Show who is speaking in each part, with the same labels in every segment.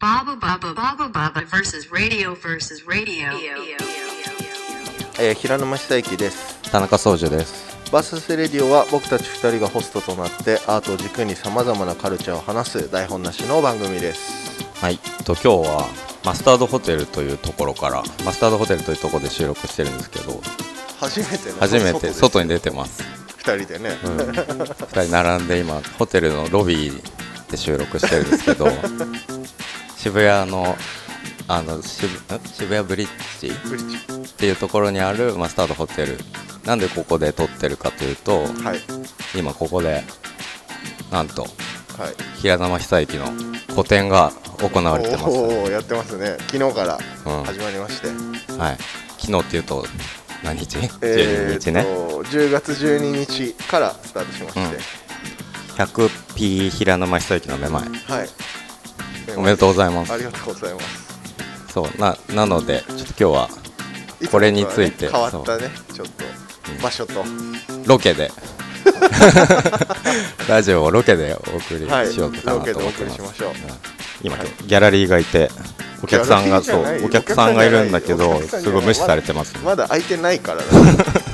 Speaker 1: Baba Baba Baba Baba versus radio versus radio.
Speaker 2: えー平沼久之です
Speaker 3: 田中総樹です
Speaker 2: バーサスレディオは僕たち2人がホストとなってアートを軸にさまざまなカルチャーを話す台本なしの番組です
Speaker 3: はいと今日はマスタードホテルというところからマスタードホテルというところで収録してるんですけど
Speaker 2: 初めてね
Speaker 3: 初めて外に
Speaker 2: 出
Speaker 3: 出てます、
Speaker 2: 2人でね、
Speaker 3: うん、2人並んで今ホテルのロビーで収録してるんですけ ど渋谷のあの渋ん渋谷ブリッジっ
Speaker 2: ブリッジ
Speaker 3: ていうところにあるマスタードホテルなんでここで撮ってるかというと
Speaker 2: はい
Speaker 3: 今ここでなんと
Speaker 2: はい
Speaker 3: 平沼久之の個展が行われてます
Speaker 2: おーやってますね昨日から
Speaker 3: うん
Speaker 2: 始まりまして、
Speaker 3: はい、昨日っていうと何日、
Speaker 2: えー
Speaker 3: ?12 日ね
Speaker 2: と10月12日からスタートしまして、
Speaker 3: うん 100P 平沼久之のめまい
Speaker 2: はい
Speaker 3: おめでとうございます
Speaker 2: ありがとうございます
Speaker 3: そうななのでちょっと今日はこれについて
Speaker 2: つもとはね変わったねちょっと場所と、
Speaker 3: ロ ケでラジオをロケでお送りしようかなと
Speaker 2: はい
Speaker 3: 思ってます、
Speaker 2: ロケでお送りしましょう
Speaker 3: うん今、
Speaker 2: はい
Speaker 3: ギャラリーがいてお客さんが
Speaker 2: ギャ
Speaker 3: そ
Speaker 2: ラリーじゃないう
Speaker 3: お客さんがいるんだけ
Speaker 2: お
Speaker 3: ど
Speaker 2: 客さんじ
Speaker 3: す
Speaker 2: ゃな
Speaker 3: ごい無視されてます、
Speaker 2: まだ開いてないからね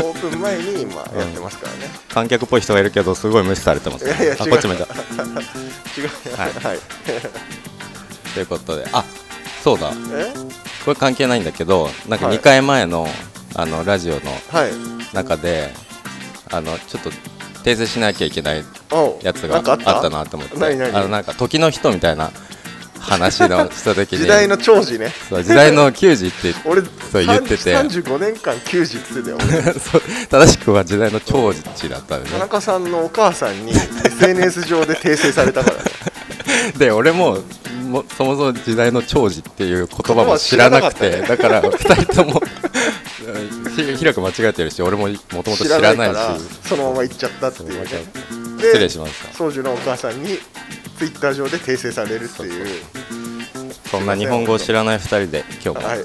Speaker 2: オープン前に今やってますからね、
Speaker 3: 観客っぽい人がいるけどすごい無視されてます、
Speaker 2: いやいや違う
Speaker 3: あこっち向いた
Speaker 2: 違うよ
Speaker 3: はい
Speaker 2: はい、
Speaker 3: ということであそうだ
Speaker 2: え
Speaker 3: これ関係ないんだけどなんか
Speaker 2: はい
Speaker 3: 2回前の,、あのラジオの
Speaker 2: はい
Speaker 3: 中であのちょっと訂正しなきゃいけない
Speaker 2: おう
Speaker 3: やつが
Speaker 2: な
Speaker 3: あ
Speaker 2: んかあった
Speaker 3: ったなと思って
Speaker 2: 何何
Speaker 3: あのなんか時の人みたいな話のした時に
Speaker 2: 時 代の長寿ね
Speaker 3: そう時代の球児って
Speaker 2: 俺
Speaker 3: そう言ってて
Speaker 2: 30 35年間球児って言ってたよ俺
Speaker 3: そう正しくは時代の長寿だったんで
Speaker 2: 田
Speaker 3: ね
Speaker 2: 中さんのお母さんに SNS 上で訂正されたからね
Speaker 3: で俺ももそもそも時代の長寿っていう言葉も知らなくて
Speaker 2: 言
Speaker 3: だから2人とも ひ広く間違えてるし俺ももともと知らないし
Speaker 2: からそのまま行っちゃったっていうね
Speaker 3: そうま
Speaker 2: で
Speaker 3: 失礼しました
Speaker 2: 宗樹のお母さんにツイッター上で訂正されるっていう
Speaker 3: そんな日本語を知らない2人で今日も
Speaker 2: はい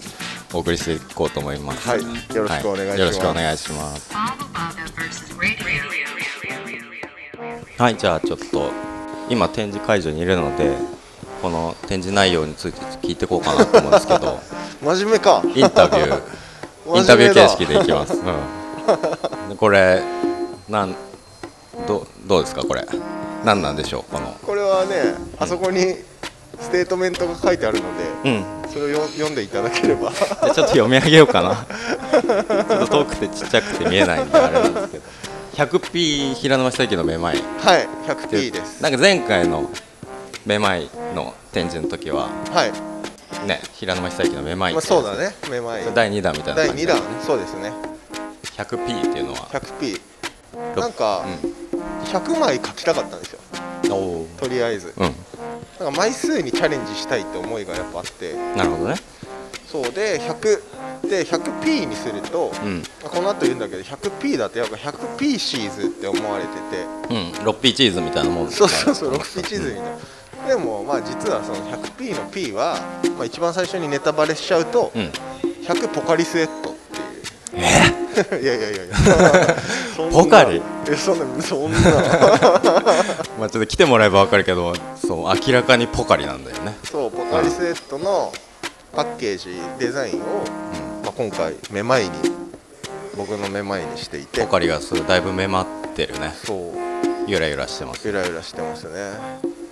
Speaker 3: お送りしていこうと思います。
Speaker 2: はいよろしくお願いします
Speaker 3: はよろしくお願いします。
Speaker 1: Baba Baba versus radio.
Speaker 3: はい、じゃあちょっと今展示会場にいるので、この展示内容について聞いていこうかなと思うんです けど、
Speaker 2: 真面目か
Speaker 3: インタビュー、インタビュー形式でいきます。うん、 でこれなんどどうですかこれ、何なんでしょうこの。
Speaker 2: これはねあそこにステートメントが書いてあるので、
Speaker 3: うん、
Speaker 2: それをよ読んでいただければ
Speaker 3: じゃあちょっと読み上げようかなちょっと遠くてちっちゃくて見えないんであれなんですけど 100P 平沼久之のめまい
Speaker 2: はい 100P です
Speaker 3: なんか前回のめまいの展示の時は
Speaker 2: はい、
Speaker 3: ね平沼久之のめまい
Speaker 2: まあ、そうだねめまい
Speaker 3: 第2弾みたいな
Speaker 2: 第
Speaker 3: 感
Speaker 2: 2
Speaker 3: じだ
Speaker 2: 弾
Speaker 3: よね
Speaker 2: そうですね
Speaker 3: 100P っていうのは
Speaker 2: 100P なんか100枚書きたかったんですよ
Speaker 3: うん、おー
Speaker 2: とりあえず
Speaker 3: う
Speaker 2: なんか枚数にチャレンジしたいって思いがやっぱあって
Speaker 3: んなるほどね
Speaker 2: そうで100で 100P にすると、
Speaker 3: うん
Speaker 2: まあこの後言うんだけど 100P だとやっぱ 100P シーズって思われてて
Speaker 3: うん6 P チーズみたいなもん
Speaker 2: そうそうそう、ロッピー
Speaker 3: ー
Speaker 2: チーズみたいな。でも、まあ、実はその 100P の P は、まあ、一番最初にネタバレしちゃうと、
Speaker 3: うん
Speaker 2: 100ポカリスエットって いう。えいやいやいやいや。そんな
Speaker 3: ポカリ
Speaker 2: え、そんな、そ んな。
Speaker 3: まあちょっと来てもらえば分かるけどそう明らかにポカリなんだよね
Speaker 2: そう、ポカリスエットのパッケージ、デザインを、まあ、今回、めまいに、僕のめまいにしていて
Speaker 3: ポ、カリがすごいだいぶめまってるね
Speaker 2: そう、
Speaker 3: ゆらゆらしてます
Speaker 2: ゆらゆらしてますね。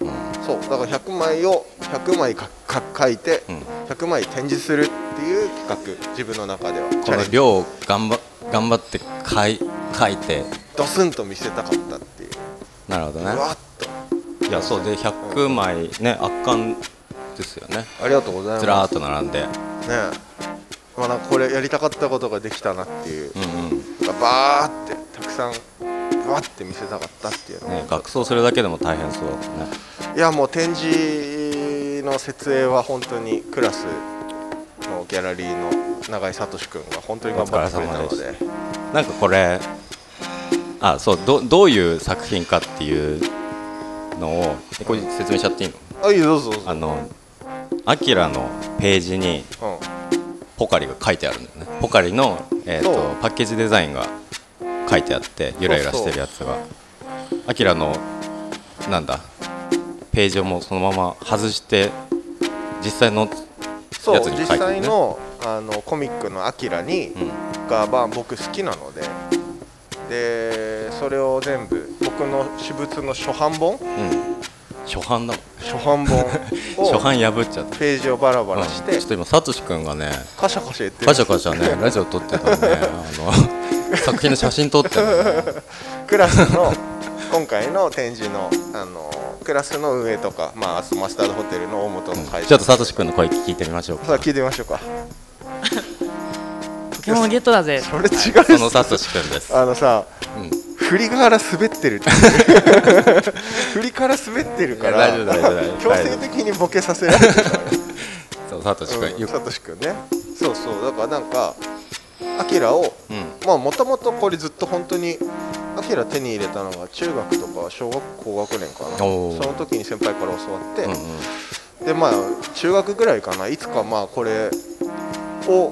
Speaker 3: うん
Speaker 2: そうだから100枚を100枚かか書いて、
Speaker 3: うん
Speaker 2: 100枚展示するっていう企画自分の中ではチ
Speaker 3: こ
Speaker 2: ャレ
Speaker 3: の
Speaker 2: ンジ
Speaker 3: 量を頑張頑張って書い書いて
Speaker 2: ドスンと見せたかったっていう
Speaker 3: なるほど
Speaker 2: う
Speaker 3: ね
Speaker 2: わっと
Speaker 3: いやそうで100枚ね圧巻ですよね
Speaker 2: ありがとうございます
Speaker 3: ずらーっと並んで
Speaker 2: ねえまあなんかこれやりたかったことができたなっていう、
Speaker 3: うんうん
Speaker 2: バーってたくさんバーって見せたかったっていうの、
Speaker 3: ね学装するだけでも大変そうだね
Speaker 2: いやもう展示の設営は本当にクラスのギャラリーの永井聡君が本当に頑張ってくれたの
Speaker 3: お疲れ
Speaker 2: で
Speaker 3: なんかこれあそうどどういう作品かっていうのをえこれ説明しちゃっていいの
Speaker 2: あいいよどうぞどうぞ
Speaker 3: あのアキラのページに
Speaker 2: うん
Speaker 3: ポカリが書いてあるんだよねポカリの、えー、と
Speaker 2: そう
Speaker 3: パッケージデザインが書いてあってゆらゆらしてるやつがアキラのなんだページをもうそのまま外して実際の
Speaker 2: そう
Speaker 3: やつにも書
Speaker 2: 実
Speaker 3: いてる
Speaker 2: 際
Speaker 3: ね
Speaker 2: のあのコミックの「アキラに
Speaker 3: うん
Speaker 2: が、まあ、僕好きなのででそれを全部僕の私物の初版本
Speaker 3: うん初版だ
Speaker 2: 初版本
Speaker 3: もん 初
Speaker 2: を
Speaker 3: 版破っちゃった
Speaker 2: ページをバラバ
Speaker 3: うん
Speaker 2: ラ
Speaker 3: ち
Speaker 2: して、
Speaker 3: ょっと今さとし君がね
Speaker 2: カシャカシャ言ってま
Speaker 3: カ
Speaker 2: す
Speaker 3: シャカシ ャねラジオ撮ってたんで、ね、あの作品の写真撮ってるの ね
Speaker 2: クラスの今回の展示のあのクラスの運営とか、まあ、マスタードホテルの大本の会社、
Speaker 3: ちょっとさとし君の声聞いてみましょう
Speaker 2: さあ
Speaker 3: か
Speaker 2: 聞いてみましょうか
Speaker 4: ポケモンゲットだぜ
Speaker 2: それ違う
Speaker 3: そのさとし君です、
Speaker 2: あのさ
Speaker 3: うん
Speaker 2: 振りから滑ってるっていう 振りから滑ってるから
Speaker 3: いや大丈夫大丈夫大丈夫
Speaker 2: 強制的にボケさせられてる
Speaker 3: そうさとし君、
Speaker 2: う
Speaker 3: ゆ
Speaker 2: ん
Speaker 3: っ
Speaker 2: さとしくんねそうそうだからなんかアキラを
Speaker 3: うん
Speaker 2: まあもともとこれずっと本当にアキラ手に入れたのが中学とか小学校高学年かな
Speaker 3: おー
Speaker 2: その時に先輩から教わって、
Speaker 3: うんうん
Speaker 2: でまあ中学ぐらいかないつかまあこれを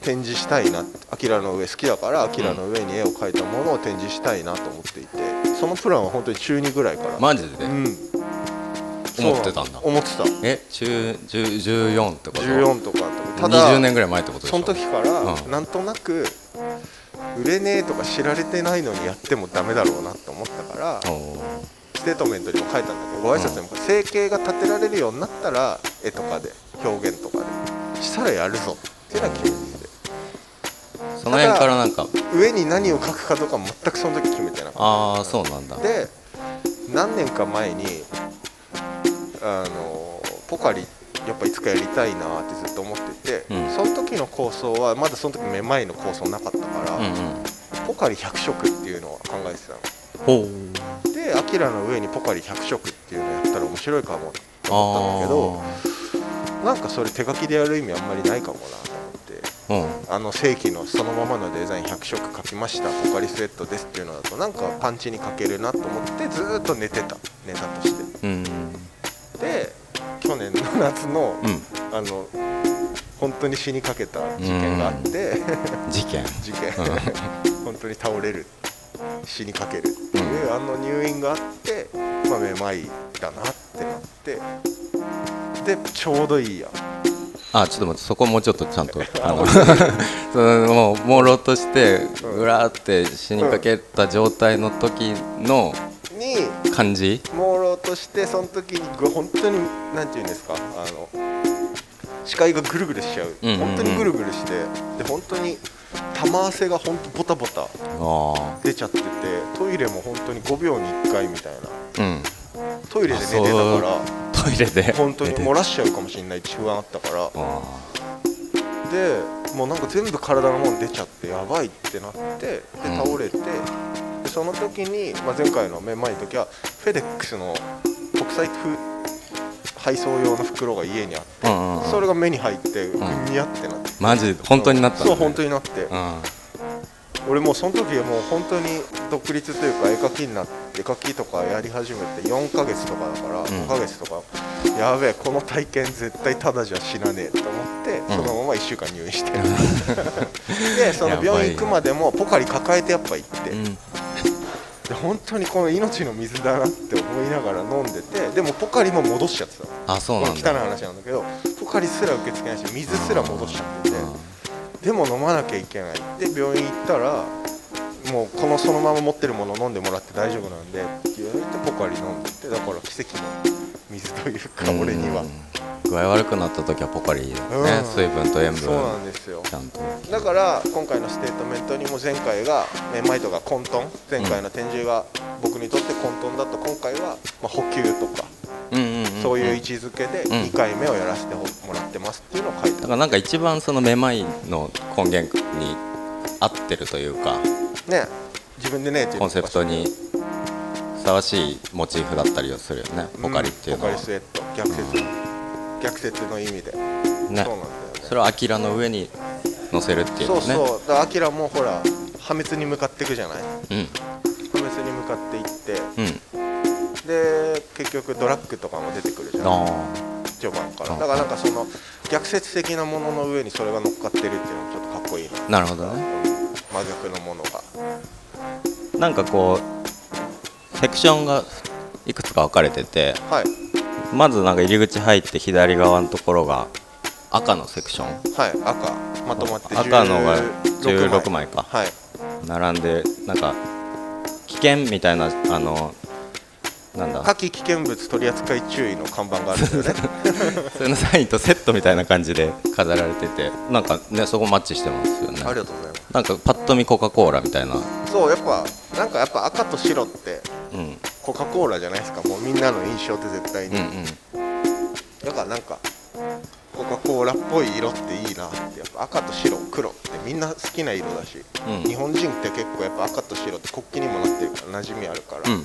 Speaker 2: 展示したいなアキラの上好きだからアキラの上に絵を描いたものを展示したいなと思っていてそのプランは本当に中2ぐらいから、
Speaker 3: マジで
Speaker 2: うん、
Speaker 3: 思ってたんだ
Speaker 2: そう思ってた
Speaker 3: え中10 14ってこと
Speaker 2: 14とかただ
Speaker 3: 20年ぐらい前ってことでしょ
Speaker 2: その時から
Speaker 3: うん
Speaker 2: なんとなく売れねえとか知られてないのにやってもダメだろうなと思ったから
Speaker 3: おー
Speaker 2: ステートメントにも書いたんだけどご挨拶にも書いた生計が立てられるようになったら絵とかで表現とかでしたらやるぞっていうのは決めてて
Speaker 3: その辺からなんか
Speaker 2: 上に何を書くかとか全くその時決めてなかっ
Speaker 3: ああそうなんだ
Speaker 2: たで何年か前にあのポカリやっぱいつかやりたいなってずっと思ってて、
Speaker 3: うん
Speaker 2: その時の構想はまだその時めまいの構想なかったから、
Speaker 3: うんうん
Speaker 2: ポカリ100色っていうのを考えてた
Speaker 3: ほう
Speaker 2: のでアキラの上にポカリ100色っていうのやったら面白いかも
Speaker 3: あ
Speaker 2: と思ったんだけど
Speaker 3: ー
Speaker 2: なんかそれ手書きでやる意味あんまりないかもなと思って
Speaker 3: うん
Speaker 2: あの世紀のそのままのデザイン100色描きましたポカリスエットですっていうのだとなんかパンチに書けるなと思ってずーっと寝てたネタとして
Speaker 3: うん
Speaker 2: で去年の夏の
Speaker 3: うん
Speaker 2: あの本当に死にかけた事件があって、
Speaker 3: 事件
Speaker 2: 事件
Speaker 3: うん
Speaker 2: 本当に倒れる死にかけるっていう、あの入院があって、まあ、めまいだなってなってでちょうどいいや
Speaker 3: あちょっと待ってそこもうちょっとちゃんとあの そのもう朦朧として
Speaker 2: うん
Speaker 3: ぐらーって死にかけた状態の時の
Speaker 2: に
Speaker 3: 感じ
Speaker 2: 朦朧としてその時にぐ本当に何て言うんですかあの視界がぐるぐるしちゃう,、
Speaker 3: うんうんうん
Speaker 2: 本当にぐるぐるしてで本当に玉汗が本当ボタボタ
Speaker 3: ああ
Speaker 2: 出ちゃっててトイレも本当に5秒に1回みたいな
Speaker 3: うん
Speaker 2: トイレで寝てたか
Speaker 3: トイレで
Speaker 2: ら本当に
Speaker 3: 寝て
Speaker 2: 漏らしちゃうかもしれないって不安あったから
Speaker 3: あ
Speaker 2: でもうなんか全部体のもん出ちゃってやばいってなってで
Speaker 3: うん
Speaker 2: 倒れて、でその時に、まあ、前回のめまいの時はフェデックスの国際ふ配送用の袋が家にあって
Speaker 3: ーうんうんうん
Speaker 2: それが目に入ってぐ
Speaker 3: ん
Speaker 2: にゃってなって、
Speaker 3: マジ本当になったんだ
Speaker 2: そう本当になって、
Speaker 3: うん
Speaker 2: 俺もうその時はもう本当に独立というか絵描きになって絵描きとかやり始めて4ヶ月とかだから5ヶ月とか、やべえこの体験絶対ただじゃ死なねえと思って、そのまま1週間入院 して でその病院行くまでもポカリ抱えてやっぱ行って、
Speaker 3: うん
Speaker 2: で本当にこの命の水だなって思いながら飲んでてでもポカリも戻しちゃってたの
Speaker 3: あそう
Speaker 2: こ
Speaker 3: な
Speaker 2: れ
Speaker 3: ん
Speaker 2: 汚い
Speaker 3: だ
Speaker 2: 話なんだけどポカリすら受け付けないし水すら戻しちゃってて。でも飲まなきゃいけないで病院行ったらもうこのそのまま持ってるもの飲んでもらって大丈夫なんでって言われてポカリ飲んでてだから奇跡の水というか
Speaker 3: うん
Speaker 2: 俺には
Speaker 3: 具合悪くなった時はポカリだよね
Speaker 2: うん
Speaker 3: 水分と塩
Speaker 2: そうな
Speaker 3: 分
Speaker 2: んですよ
Speaker 3: ちゃんと
Speaker 2: だから今回のステートメントにも前回がめまいとか混沌前回の展示が僕にとって混沌だと今回はまあ補給とかそういう位置づけで
Speaker 3: ん
Speaker 2: 2回目をやらせてもらってますっていうのを書い
Speaker 3: だか
Speaker 2: た
Speaker 3: らなんか一番そのめまいの根源に合ってるというか
Speaker 2: ね自分でねっていう
Speaker 3: コンセプトにふさわしいモチーフだったりはするよねポカリっていうのは
Speaker 2: ポカリスエット逆説、逆説の意味で
Speaker 3: ね
Speaker 2: そうなんだよね
Speaker 3: それをアキラの上に乗せるっていうの
Speaker 2: そう
Speaker 3: ね
Speaker 2: そうだからアキラもほら破滅に向かっていくじゃない
Speaker 3: うん
Speaker 2: 破滅に向かっていって
Speaker 3: うん
Speaker 2: で結局ドラッグとかも出てくるじゃん
Speaker 3: あ
Speaker 2: 序盤から
Speaker 3: うん
Speaker 2: だからなんかその逆説的なものの上にそれが乗っかってるっていうのもちょっとかっこいいな
Speaker 3: ーなるほどね
Speaker 2: 真逆のものが
Speaker 3: なんかこうセクションがいくつか分かれてて
Speaker 2: はい
Speaker 3: まずなんか入り口入って左側のところが赤のセクション
Speaker 2: はい赤まとまって
Speaker 3: 赤のが
Speaker 2: 16
Speaker 3: 16枚か
Speaker 2: はい
Speaker 3: 並んでなんか危険みたいなあのなんだ
Speaker 2: 火器危険物取扱注意の看板があるんだよね
Speaker 3: それのサインとセットみたいな感じで飾られててなんかねそこマッチしてますよね
Speaker 2: ありがとうございま
Speaker 3: なんかパッと見コカ・コーラみたいな、
Speaker 2: すそうやっぱなんかやっぱ赤と白って
Speaker 3: うん、うん
Speaker 2: コカ・コーラじゃないですかもうみんなの印象って絶対
Speaker 3: う
Speaker 2: に、
Speaker 3: ん
Speaker 2: だからなんかコカ・コーラっぽい色っていいなってやっぱ赤と白黒ってみんな好きな色だし、
Speaker 3: うん
Speaker 2: 日本人って結構やっぱ赤と白って国旗にもなってるから馴染みあるから、
Speaker 3: うん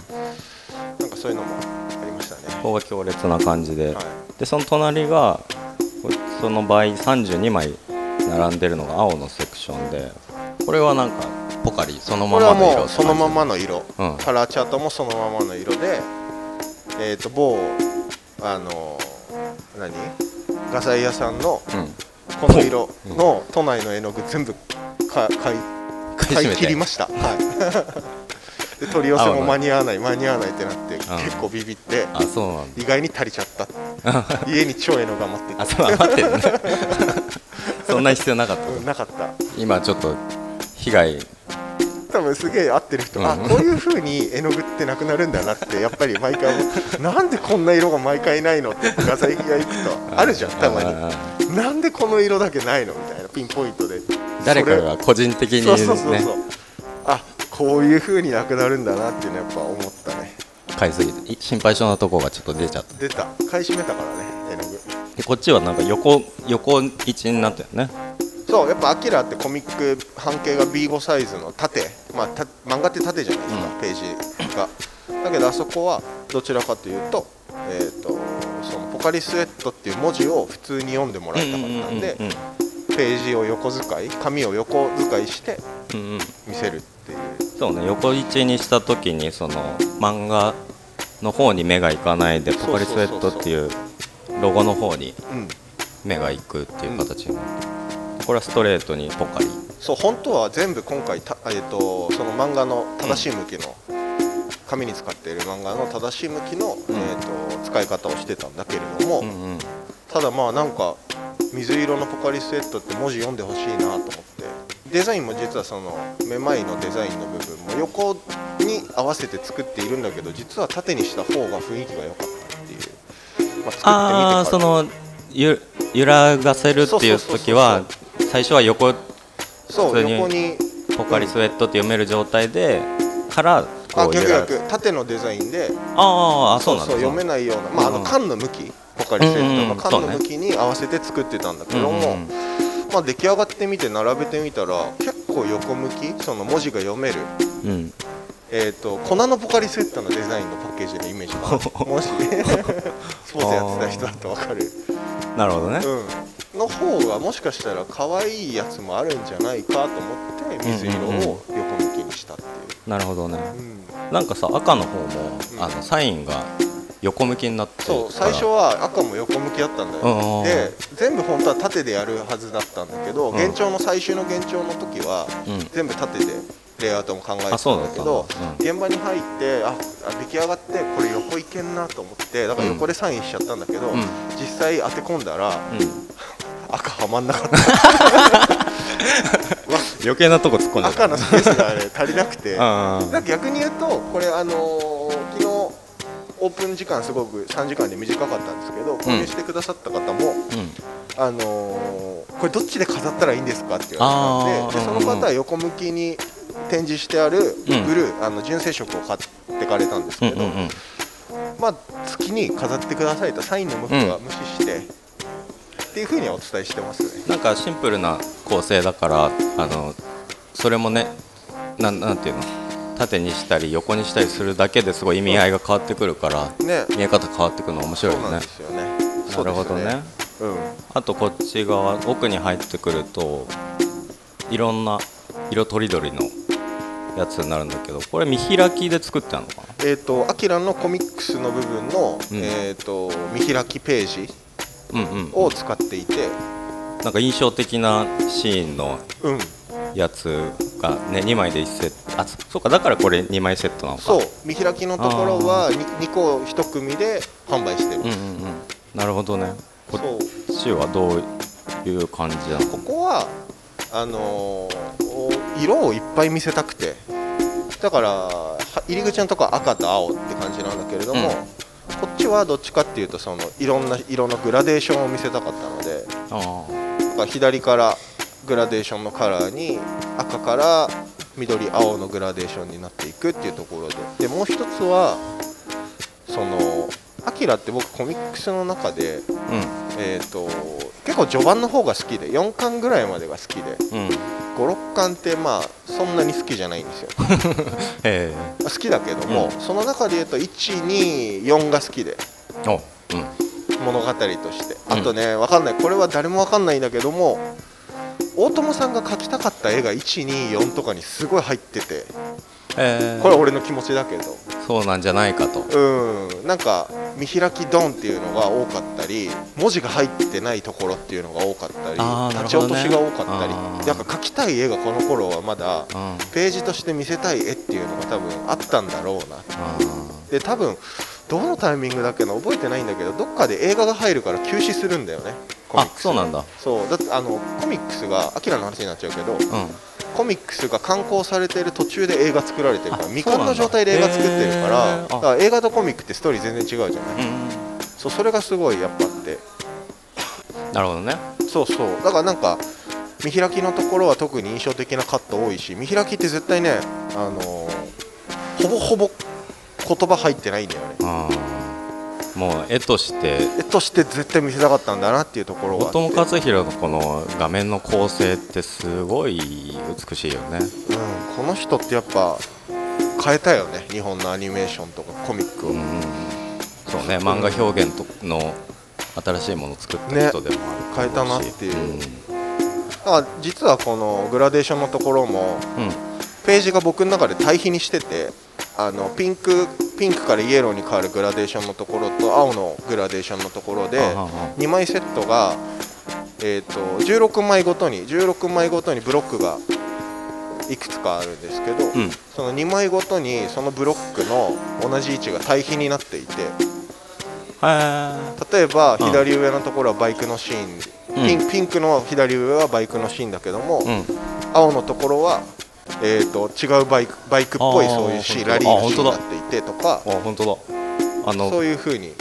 Speaker 2: なんかそういうのもありましたね
Speaker 3: ここが強烈な感じで、
Speaker 2: はい
Speaker 3: でその隣がこその場合32枚並んでるのが青のセクションでこれはなんかポカリその
Speaker 2: こ
Speaker 3: ま
Speaker 2: れは
Speaker 3: まの
Speaker 2: も
Speaker 3: 色
Speaker 2: うそのままの色、
Speaker 3: うん
Speaker 2: カラーチャートもそのままの色で、えー、と某あのー何画材屋さんの
Speaker 3: うん
Speaker 2: この色の都内の絵の具全部か買い
Speaker 3: 買い
Speaker 2: 買
Speaker 3: 占
Speaker 2: い
Speaker 3: め
Speaker 2: 切
Speaker 3: て
Speaker 2: りました、はい、 で取り寄せも間に合わない間に合わないってなって
Speaker 3: ん
Speaker 2: 結構ビビって
Speaker 3: あそうなんだ
Speaker 2: 意外に足りちゃった 家に超絵のが待って
Speaker 3: あ
Speaker 2: た
Speaker 3: そう余ってるねそんな必要なかった
Speaker 2: うんなかった
Speaker 3: 今ちょっと被害
Speaker 2: 多分すげえ合ってる人、あ
Speaker 3: うん
Speaker 2: こういう風に絵の具ってなくなるんだなってやっぱり毎回思 うなんでこんな色が毎回ないのって画材屋行くとあるじゃんたま
Speaker 3: あー
Speaker 2: になんでこの色だけないのみたいなピンポイントで
Speaker 3: 誰か
Speaker 2: そ
Speaker 3: が個人的
Speaker 2: れ
Speaker 3: に
Speaker 2: そうそうそうそう、
Speaker 3: ね
Speaker 2: あこういう風になくなるんだなっていうのはやっぱ思ったね
Speaker 3: 買いすぎてい心配性なとこがちょっと出ちゃった
Speaker 2: 出た買い占めたからね絵の具
Speaker 3: でこっちはなんか横横一になったよね
Speaker 2: そうやっぱアキラってコミック半径が B5 サイズの縦、まあ、た漫画って縦じゃないですか、
Speaker 3: う
Speaker 2: ページがだけどあそこはどちらかというと,、えー、とそのポカリスエットっていう文字を普通に読んでもらいたかったんで、
Speaker 3: うんうん
Speaker 2: ページを横使い紙を横使いして
Speaker 3: うんうんうんうん
Speaker 2: 見せるっていう
Speaker 3: そうね横一にした時にその漫画の方に目がいかないで「ポカリスエット」っていうロゴの方に
Speaker 2: うん
Speaker 3: 目がいくっていう形になってこれはストレートにポカリ
Speaker 2: そう本当は全部今回た、えー、とその漫画の正しい向きの、紙に使っている漫画の正しい向きの、
Speaker 3: ん
Speaker 2: えー、と使い方をしてたんだけれども、
Speaker 3: うんうん
Speaker 2: ただまあなんか水色のポカリスエットって文字読んでほしいなと思ってデザインも実はそのめまいのデザインの部分も横に合わせて作っているんだけど実は縦にした方が雰囲気が良かったっていう、まあ、作ってみてから
Speaker 3: ああそのゆ揺らがせるっていう時は最初は横
Speaker 2: そう
Speaker 3: 普通に
Speaker 2: 横に
Speaker 3: ポカリスエットって読める状態でから
Speaker 2: あ
Speaker 3: こう
Speaker 2: 逆
Speaker 3: 揺ら
Speaker 2: 逆縦のデザインで
Speaker 3: あーあそうなんだ
Speaker 2: 読めないような、まあ、あ
Speaker 3: う
Speaker 2: の
Speaker 3: ん
Speaker 2: 缶の向きポカリスエット
Speaker 3: うん
Speaker 2: の
Speaker 3: そう
Speaker 2: 缶
Speaker 3: ね
Speaker 2: の向きに合わせて作ってたんだけ
Speaker 3: うん
Speaker 2: ども、
Speaker 3: うん
Speaker 2: まあ、出来上がってみて並べてみたら結構横向きその文字が読める
Speaker 3: うん
Speaker 2: えー、と粉のポカリスエットのデザインのパッケージのイメージかな もしスポーツやってた人だと分かる、
Speaker 3: なるほどね
Speaker 2: うん、の方がもしかしたら可愛いやつもあるんじゃないかと思って水色を横向きにしたっていう、
Speaker 3: なるほどね
Speaker 2: うん
Speaker 3: なんかさ赤の方も、
Speaker 2: うん
Speaker 3: あのサインが横向きになってるから
Speaker 2: そう最初は赤も横向きだったんだ
Speaker 3: うんうんう
Speaker 2: よ
Speaker 3: ん
Speaker 2: で全部本当は縦でやるはずだったんだけど
Speaker 3: うん
Speaker 2: 現状の最終の現状の時は
Speaker 3: うん
Speaker 2: 全部縦でレイアウトも考えてた
Speaker 3: あそうんだ
Speaker 2: だ
Speaker 3: っ
Speaker 2: け
Speaker 3: たんだ
Speaker 2: ど現場に入ってああ出来上がってこれ横いけんなと思ってだから横でサインしちゃったんだけど、
Speaker 3: うん
Speaker 2: 実際当て込んだら
Speaker 3: うん、
Speaker 2: 赤はまんなかった
Speaker 3: 余計なとこ突っ込んじゃった
Speaker 2: 赤のスペースが、ね、足りなくてだか
Speaker 3: あ
Speaker 2: ら逆に言うとこれあのー昨日オープン時間すごく3時間で短かったんですけど購入してくださった方も、
Speaker 3: うん
Speaker 2: あのーこれどっちで飾ったらいいんですかって言われたんでで
Speaker 3: あ
Speaker 2: そ
Speaker 3: ー
Speaker 2: の方は横向きに展示してあるブルー、あの純正色を買ってかれたんです
Speaker 3: うん
Speaker 2: け
Speaker 3: う
Speaker 2: ど、
Speaker 3: んうん
Speaker 2: まあ、月に飾ってくださいとサインの向きは無視して、っていうふうにはお伝えしてますね
Speaker 3: なんかシンプルな構成だからあのそれもねなんなんていうの縦にしたり横にしたりするだけですごい意味合いが変わってくるから、
Speaker 2: ね
Speaker 3: 見え方変わってくるの面白い
Speaker 2: そう
Speaker 3: よ
Speaker 2: なん
Speaker 3: ね
Speaker 2: ですよね
Speaker 3: なるほどね
Speaker 2: そうですね
Speaker 3: あとこっち側奥に入ってくるといろんな色とりどりのやつになるんだけどこれ見開きで作ってあるのかな
Speaker 2: うんえっ、とアキラのコミックスの部分の、
Speaker 3: うん
Speaker 2: えっ、と見開きページ
Speaker 3: うんうん
Speaker 2: を使っていて
Speaker 3: なんか印象的なシーンの
Speaker 2: うん
Speaker 3: やつかね2枚で1セットあそそうかだからこれ2枚セットなのか
Speaker 2: そう見開きのところは 2, 個1組で販売してる、
Speaker 3: うんうんうんなるほどねこ
Speaker 2: そう
Speaker 3: っちはどういう感じなの
Speaker 2: ここはあのー色をいっぱい見せたくてだからは入り口のとこは赤と青って感じなんだけれども、
Speaker 3: うん
Speaker 2: こっちはどっちかっていうとそのいろんな色のグラデーションを見せたかったので
Speaker 3: あ
Speaker 2: だから左からグラデーションのカラーに赤から緑青のグラデーションになっていくっていうところででもう一つはそのアキラって僕コミックスの中で、
Speaker 3: あ
Speaker 2: えー、と結構序盤の方が好きで4巻ぐらいまでが好きで
Speaker 3: うんうんへ
Speaker 2: 56巻ってまあそんなに好きじゃないんですよま
Speaker 3: え
Speaker 2: あ好きだけども、
Speaker 3: うん
Speaker 2: その中で言うと124が好きで
Speaker 3: おうん
Speaker 2: 物語として
Speaker 3: う
Speaker 2: あ
Speaker 3: ん
Speaker 2: とね、わかんないこれは誰もわかんないんだけども大友さんが描きたかった絵が124とかにすごい入ってて
Speaker 3: えー
Speaker 2: これは俺の気持ちだけど
Speaker 3: そうなんじゃないかと
Speaker 2: うんなんか見開きドンっていうのが多かったり文字が入ってないところっていうのが多かったり、
Speaker 3: あーなる
Speaker 2: 立
Speaker 3: ほ
Speaker 2: ち
Speaker 3: どね
Speaker 2: 落としが多かったり
Speaker 3: あー
Speaker 2: なんか描きたい絵がこの頃はまだ
Speaker 3: うん
Speaker 2: ページとして見せたい絵っていうのが多分あったんだろうな
Speaker 3: あ
Speaker 2: で多分どのタイミングだっけな覚えてないんだけどどっかで映画が入るから休止するんだよねコ
Speaker 3: ー
Speaker 2: ミ
Speaker 3: あ
Speaker 2: ックス
Speaker 3: そうなんだ
Speaker 2: そうだってあのコミックスがアキラの話になっちゃうけど
Speaker 3: うん
Speaker 2: コミックスが刊行されてる途中で映画作られてるから
Speaker 3: あ
Speaker 2: 未
Speaker 3: そう
Speaker 2: 完
Speaker 3: な
Speaker 2: の
Speaker 3: んだ
Speaker 2: 状態で映画作ってるか
Speaker 3: へー
Speaker 2: ら
Speaker 3: あ
Speaker 2: だから映画とコミックってストーリー全然違うじゃない
Speaker 3: うん
Speaker 2: そうそれがすごいやっぱあって
Speaker 3: なるほどね
Speaker 2: そうそうだからなんか見開きのところは特に印象的なカット多いし見開きって絶対ねあのーほぼほぼ言葉入ってないんだよね
Speaker 3: ああもう絵として
Speaker 2: 絵として絶対見せたかったんだなっていうところがあ
Speaker 3: 大
Speaker 2: って
Speaker 3: 友克洋のこの画面の構成ってすごい美しいよね
Speaker 2: うん、この人ってやっぱ変えたよね日本のアニメーションとかコミックを、
Speaker 3: うんうんそうね漫画表現との新しいものを作った
Speaker 2: ね
Speaker 3: 人でもある
Speaker 2: 変えた
Speaker 3: と思
Speaker 2: なっ
Speaker 3: し
Speaker 2: ていう、だから実はこのグラデーションのところも
Speaker 3: うんうん
Speaker 2: ページが僕の中で対比にしててあのピンクピンクからイエローに変わるグラデーションのところと青のグラデーションのところで
Speaker 3: あはは
Speaker 2: 2枚セットが、えー、と16枚ごとに16枚ごとにブロックがいくつかあるんですけど、
Speaker 3: うん
Speaker 2: その2枚ごとにそのブロックの同じ位置が対比になっていて
Speaker 3: へ
Speaker 2: 例えば
Speaker 3: うん
Speaker 2: 左上のところはバイクのシーン、ピンピンクの左上はバイクのシーンだけども、
Speaker 3: えうん
Speaker 2: 青のところは、えー、と違うバイクバイクっぽい
Speaker 3: あー
Speaker 2: そういうシー
Speaker 3: 本
Speaker 2: ン
Speaker 3: 当だ
Speaker 2: ラリーのシーンに
Speaker 3: あ
Speaker 2: なっていてとか
Speaker 3: あ本当だあ
Speaker 2: そう
Speaker 3: の
Speaker 2: いうふうに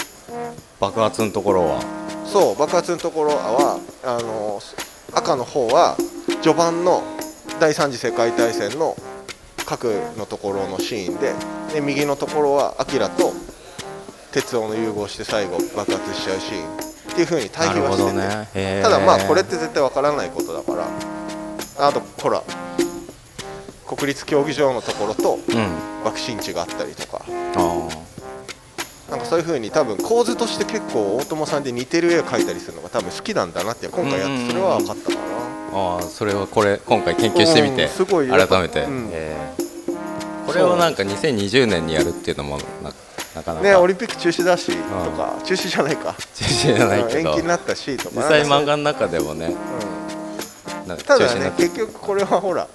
Speaker 3: 爆発のところは
Speaker 2: そう爆発のところはあの赤の方は序盤の第三次世界大戦の核のところのシーンでで右のところはアキラと鉄王の融合して最後爆発しちゃうシーンっていうふうに対
Speaker 3: な
Speaker 2: 比
Speaker 3: る
Speaker 2: は
Speaker 3: ほ
Speaker 2: して
Speaker 3: ど
Speaker 2: て、
Speaker 3: ねへえ
Speaker 2: ただまあこれって絶対わからないことだからあとほら国立競技場のところと
Speaker 3: うん
Speaker 2: 爆心地があったりとか
Speaker 3: あー
Speaker 2: なんかそういう風に多分構図として結構大友さんで似てる絵を描いたりするのが多分好きなんだなって今回やってそれは分かったかな
Speaker 3: あーそれはこれ今回研究してみ
Speaker 2: う
Speaker 3: て
Speaker 2: んすごいよ
Speaker 3: 改めて、
Speaker 2: うん
Speaker 3: ええこれをなんか2020年にやるっていうのもななかなか
Speaker 2: ねオリンピック中止だしとか中止じゃないか
Speaker 3: 中止じゃないけ
Speaker 2: うん
Speaker 3: ど
Speaker 2: 延期になったしとか
Speaker 3: 実際
Speaker 2: なん
Speaker 3: 漫
Speaker 2: か
Speaker 3: 画の中でもね
Speaker 2: そううん
Speaker 3: な中
Speaker 2: た
Speaker 3: 止
Speaker 2: だ
Speaker 3: にな
Speaker 2: ね
Speaker 3: って
Speaker 2: 結局これはほら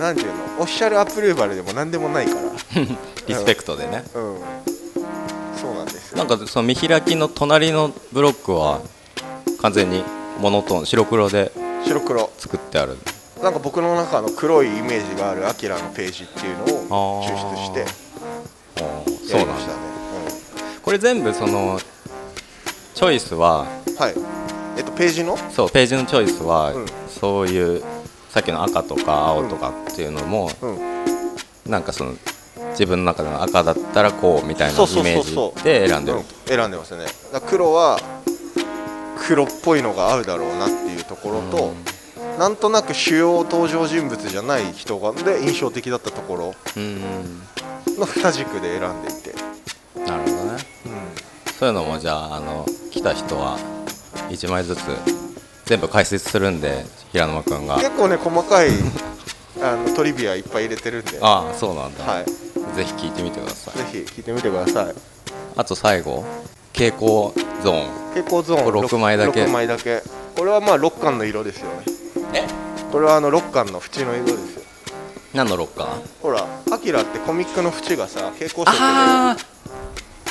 Speaker 2: なんていうのオフィシャルアプローバルでも何でもないから
Speaker 3: リスペクトでね
Speaker 2: うんそうなんですよ
Speaker 3: なんかその見開きの隣のブロックは完全にモノトーン白黒で
Speaker 2: 白黒
Speaker 3: 作ってある
Speaker 2: なんか僕の中の黒いイメージがあるアキラのページっていうのを抽出して
Speaker 3: あーそ
Speaker 2: やり
Speaker 3: うな
Speaker 2: ま
Speaker 3: ん
Speaker 2: し
Speaker 3: だ
Speaker 2: たね
Speaker 3: これ全部そのチョイスは
Speaker 2: うんはいえっとページの
Speaker 3: そうページのチョイスは、
Speaker 2: うん
Speaker 3: そういうさっきの赤とか青とかっていうのも、
Speaker 2: うん
Speaker 3: なんかその自分の中での赤だったらこうみたいな
Speaker 2: そうそ
Speaker 3: イ
Speaker 2: う
Speaker 3: メ
Speaker 2: そ
Speaker 3: ー
Speaker 2: うそう
Speaker 3: ジで選んでる
Speaker 2: うん選んでますねだから黒は黒っぽいのが合うだろうなっていうところと、なんとなく主要登場人物じゃない人がで印象的だったところ
Speaker 3: うん
Speaker 2: の2軸で選んでいて、
Speaker 3: なるほどねそういうのもじゃああの来た人は1枚ずつ全部解説するんで平沼君が
Speaker 2: 結構ね細かい あのトリビアいっぱい入れてるんで、は
Speaker 3: ああそうなんだ、
Speaker 2: い、ぜ
Speaker 3: ぜひ聞いてみてください
Speaker 2: ひ聞いてみてください
Speaker 3: あと最後蛍光ゾーン
Speaker 2: 蛍光ゾーン
Speaker 3: これ六枚だけ
Speaker 2: 6枚だけこれはまあ6巻の色ですよね
Speaker 3: え
Speaker 2: これはあの六巻の縁の色ですよ
Speaker 3: 何のロッカー
Speaker 2: ほらアキラってコミックの縁がさ蛍光色
Speaker 3: ああ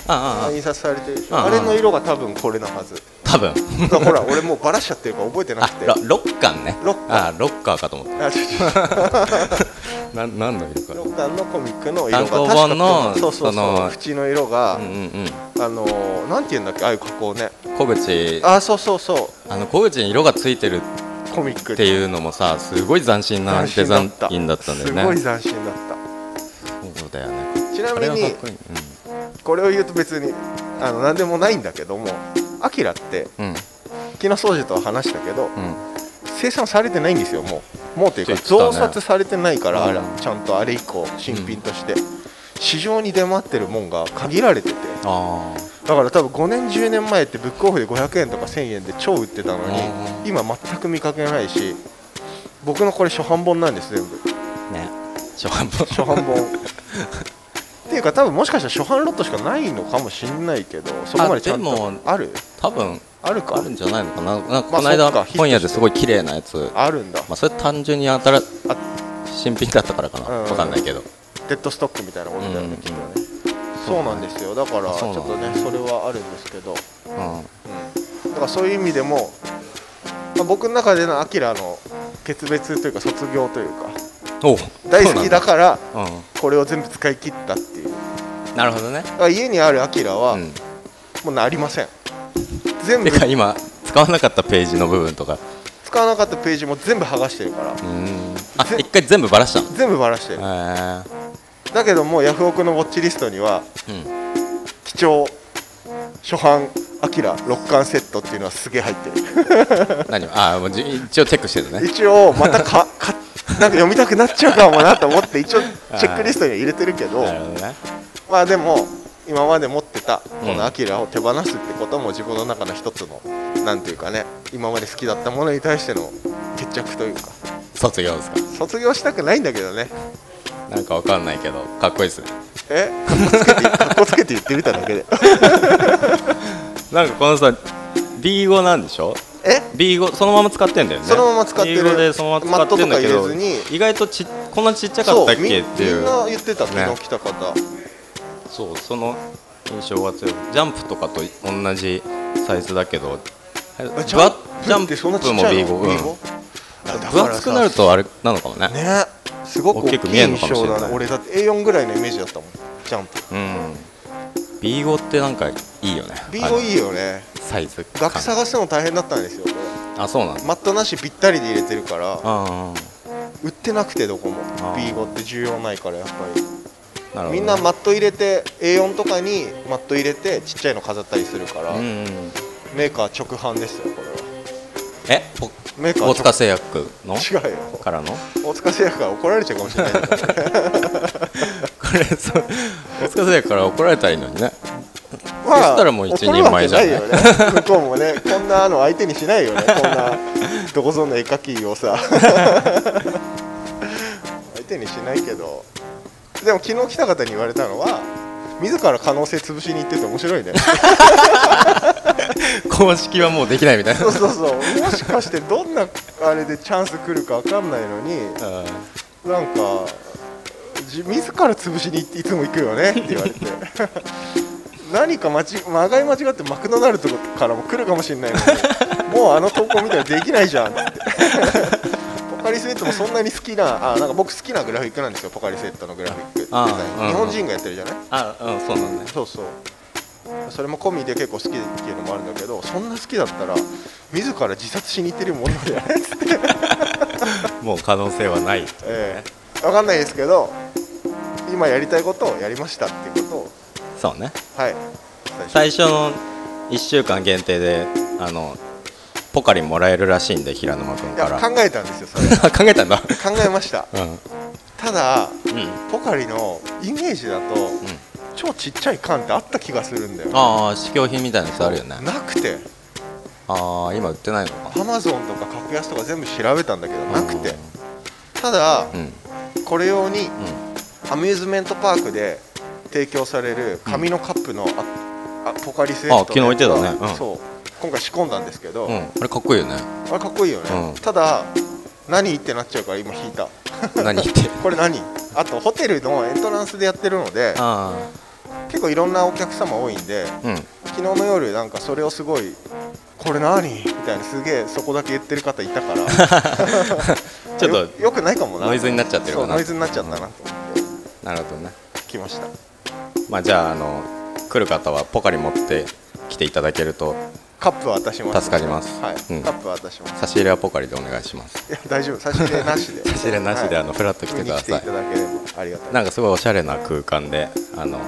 Speaker 3: ああ
Speaker 2: で印刷されてるでしょ
Speaker 3: あー
Speaker 2: あれの色が多分これなはず
Speaker 3: 多分
Speaker 2: だからほら俺もうバラしちゃってるから覚えてな
Speaker 3: あ
Speaker 2: くて
Speaker 3: ロロッカーね
Speaker 2: ロッカー
Speaker 3: あロッカーかと思っ
Speaker 2: あちょちょちょ
Speaker 3: たな何の色か
Speaker 2: 六巻のコミックの色が
Speaker 3: 単行本の
Speaker 2: 確かそうそうそう
Speaker 3: その
Speaker 2: 縁の色が、
Speaker 3: うんうん
Speaker 2: あのーなんて言うんだっけああいう加工ね
Speaker 3: うん小口あ
Speaker 2: あそうそうそ
Speaker 3: の小口に色がついてる
Speaker 2: うコミック
Speaker 3: っていうのもさすごい斬新な
Speaker 2: 斬
Speaker 3: デ
Speaker 2: 新
Speaker 3: ザ
Speaker 2: だ
Speaker 3: イ
Speaker 2: った
Speaker 3: ンだったんだ
Speaker 2: すご
Speaker 3: よ
Speaker 2: い
Speaker 3: ね
Speaker 2: 斬新だった
Speaker 3: そうだよね
Speaker 2: ちな
Speaker 3: あ
Speaker 2: み
Speaker 3: れはかっ
Speaker 2: に
Speaker 3: こいい
Speaker 2: これを言うと別にあの何でもないんだけどもアキラって
Speaker 3: うんうん
Speaker 2: 昨日掃除とは話したけど、
Speaker 3: うん
Speaker 2: 生産されてないんですよもうもうというか
Speaker 3: そう言っ
Speaker 2: 増
Speaker 3: てたね
Speaker 2: 刷されてないから、
Speaker 3: うん
Speaker 2: あらちゃんとあれ以降新品として、市場に出回ってるもんが限られてて
Speaker 3: あ
Speaker 2: だから多分5年10年前ってブックオフで500円とか1000円で超売ってたのに
Speaker 3: う
Speaker 2: 今全く見かけないし僕のこれ初版本なんです全部
Speaker 3: あね初版本
Speaker 2: 初版 本っていうか多分もしかしたら初版ロットしかないのかもしんないけどそこまでちゃん
Speaker 3: あでも
Speaker 2: とある
Speaker 3: 多分
Speaker 2: あるか
Speaker 3: あるんじゃないのかななんかこの間、
Speaker 2: そっか
Speaker 3: 本屋ですごい綺麗なやつ、ま
Speaker 2: あるんだ
Speaker 3: あ、それ単純に新し
Speaker 2: あ
Speaker 3: 新品だったからかな、
Speaker 2: うん
Speaker 3: わかんないけど
Speaker 2: デッドストックみたいなことだよね、
Speaker 3: うん
Speaker 2: きっとねそうなんですよだから
Speaker 3: あ
Speaker 2: ち
Speaker 3: そう
Speaker 2: ょ
Speaker 3: な
Speaker 2: っ
Speaker 3: んだ
Speaker 2: とねそれはあるんですけど、
Speaker 3: うん
Speaker 2: うん、だからそういう意味でも、まあ僕の中でのアキラの決別というか卒業というか
Speaker 3: おう
Speaker 2: 大好きだから
Speaker 3: そうなんだ
Speaker 2: これを全部使い切ったっていう
Speaker 3: うん、なるほどね、
Speaker 2: だから家にあるアキラは
Speaker 3: うん、
Speaker 2: もうなりません、全部
Speaker 3: てか今使わなかったページの部分とか
Speaker 2: 使わなかったページも全部剥がしてるから
Speaker 3: うーんあ
Speaker 2: ぜ
Speaker 3: 一回全部バラしたの
Speaker 2: 全部バラしてる
Speaker 3: へ
Speaker 2: だけどもうヤフオクのウォッチリストには
Speaker 3: えうん
Speaker 2: 貴重初版アキラ6巻セットっていうのはすげえ入ってる
Speaker 3: 何あもうじ一応チェックしてるね
Speaker 2: 一応またかかなんか読みたくなっちゃうかもなと思って一応チェックリストには入れてるけど
Speaker 3: なるほどね
Speaker 2: まあでも今まで持ってたこのアキラを手放すってことも自分の中の一つのなんていうかね今まで好きだったものに対しての決着というか
Speaker 3: 卒業ですか
Speaker 2: 卒業したくないんだけどね
Speaker 3: なんかわかんないけどかっこいいですね
Speaker 2: えかっこつけてかっこつけて言ってみただ けで
Speaker 3: なんかこのさ B 語なんでしょ
Speaker 2: え
Speaker 3: B5 そのまま使ってんだよね
Speaker 2: そのまま使ってる
Speaker 3: B5 でそのまま使ってんだけ
Speaker 2: マットとか
Speaker 3: ど
Speaker 2: 入れず
Speaker 3: 意外とちこんなちっちゃか
Speaker 2: そ
Speaker 3: ったっ
Speaker 2: う
Speaker 3: け
Speaker 2: み
Speaker 3: って
Speaker 2: み
Speaker 3: い
Speaker 2: ん
Speaker 3: う
Speaker 2: な言ってた昨
Speaker 3: ね
Speaker 2: 日来た方、
Speaker 3: そうその印象が強いジャンプとかと同じサイズだけどあれぶわジ
Speaker 2: ジャンプ
Speaker 3: ャンプ
Speaker 2: そんなちっ
Speaker 3: も
Speaker 2: ちゃいの
Speaker 3: B5 うん
Speaker 2: B5 あだか
Speaker 3: 分
Speaker 2: らさ
Speaker 3: 厚くなるとあれなのかもね
Speaker 2: ねすごく
Speaker 3: 大き
Speaker 2: 大
Speaker 3: く
Speaker 2: き
Speaker 3: 見
Speaker 2: い
Speaker 3: えるのか
Speaker 2: 印
Speaker 3: もしれ
Speaker 2: 象
Speaker 3: ない
Speaker 2: だね俺だって A4 ぐらいのイメージだったもんジャンプ
Speaker 3: うん B5 ってなんかいいよね
Speaker 2: B5 い
Speaker 3: い
Speaker 2: いよね
Speaker 3: サイズ感
Speaker 2: 額探すの大変だったんですよこれ
Speaker 3: あそうなんだ
Speaker 2: マットなしぴったりで入れてるから
Speaker 3: あ
Speaker 2: 売ってなくてどこも
Speaker 3: あー
Speaker 2: B5 って需要ないからやっぱ
Speaker 3: あなるほど
Speaker 2: り
Speaker 3: ね
Speaker 2: みんなマット入れて A4 とかにマット入れてちっちゃいの飾ったりするから
Speaker 3: うん
Speaker 2: メ
Speaker 3: う
Speaker 2: ー
Speaker 3: ん
Speaker 2: カー直販ですよこれは
Speaker 3: えぽ
Speaker 2: メーカー
Speaker 3: 大塚製薬の
Speaker 2: 違うよ
Speaker 3: からの
Speaker 2: 大塚製薬が怒られちゃうかもしれないけど
Speaker 3: これそう大塚製薬から怒られたらいいのにね
Speaker 2: まあ
Speaker 3: そしたらもう一
Speaker 2: 怒るわけ
Speaker 3: 人前じゃない
Speaker 2: よね向こうもねこんなの相手にしないよねこんなどこぞの絵描きをさ 相手にしないけどでも昨日来た方に言われたのは自ら可能性潰しに行ってて面白 いね
Speaker 3: 公式はもうできないみたいな
Speaker 2: そうそうそうもしかしてどんなあれでチャンス来るか分かんないのに
Speaker 3: うん
Speaker 2: なんかじ自ら潰しに行っていつも行くよねって言 われて何か間違まがい間違ってマクドナルドからも来るかもしれないのにもうあの投稿みたいなできないじゃんっつってポカリスエットもそんなに好きなあなんか僕好きなグラフィックなんですよポカリスエットのグラフィックデザ
Speaker 3: あ
Speaker 2: イン
Speaker 3: あ
Speaker 2: 日本人がやってるじゃない
Speaker 3: あうんそうなんだね
Speaker 2: そうそうそれも込みで結構好きっていうのもあるんだけどそんな好きだったら自ら自殺しに行ってるもんなんだよねっつって
Speaker 3: もう可能性はない
Speaker 2: ええわかんないですけど今やりたいことをやりましたっていうことを
Speaker 3: そうね
Speaker 2: はい
Speaker 3: 最初の1週間限定であのポカリもらえるらしいんで平沼君
Speaker 2: い
Speaker 3: か
Speaker 2: や
Speaker 3: ら
Speaker 2: 考えたんですよそれ
Speaker 3: 考えたんだ
Speaker 2: 考えました
Speaker 3: うん
Speaker 2: ただ
Speaker 3: うん
Speaker 2: ポカリのイメージだと、超ちっちゃい缶ってあった気がするんだよ
Speaker 3: ああ試供品みたいなやつあるよね
Speaker 2: なくて
Speaker 3: ああ今売ってないのか
Speaker 2: アマゾンとか格安とか全部調べたんだけどなくてただ
Speaker 3: うん
Speaker 2: これ用に
Speaker 3: うん
Speaker 2: アミューズメントパークで提供される紙のカップのああポカリスエット
Speaker 3: あ昨日置いてたねうん
Speaker 2: そう今回仕込んだんですけど、
Speaker 3: うんあれかっこいいよね
Speaker 2: あれかっこいいよね、
Speaker 3: うん
Speaker 2: ただ何ってなっちゃうから今引いた
Speaker 3: 何言って
Speaker 2: これ何あとホテルのエントランスでやってるので
Speaker 3: あ
Speaker 2: 結構いろんなお客様多いんで
Speaker 3: あうん
Speaker 2: 昨日の夜なんかそれをすごいこれ何みたいなすげえそこだけ言ってる方いたから
Speaker 3: ちょっと
Speaker 2: よよくないかもな
Speaker 3: ノイズになっちゃってるか
Speaker 2: そう
Speaker 3: な
Speaker 2: ノイズになっちゃったなと思って
Speaker 3: なるほどね
Speaker 2: 来ました
Speaker 3: まあじゃああの来る方はポカリ持って来ていただけると
Speaker 2: カップは渡します
Speaker 3: 助かります
Speaker 2: はい、
Speaker 3: うん
Speaker 2: カップは渡します
Speaker 3: 差し入れはポカリでお願いします
Speaker 2: いや大丈夫差し入れなしで
Speaker 3: 差し入れなしであのフラッと来てください
Speaker 2: 見に来ていただければありがたい
Speaker 3: なんかすごいおしゃれな空間であの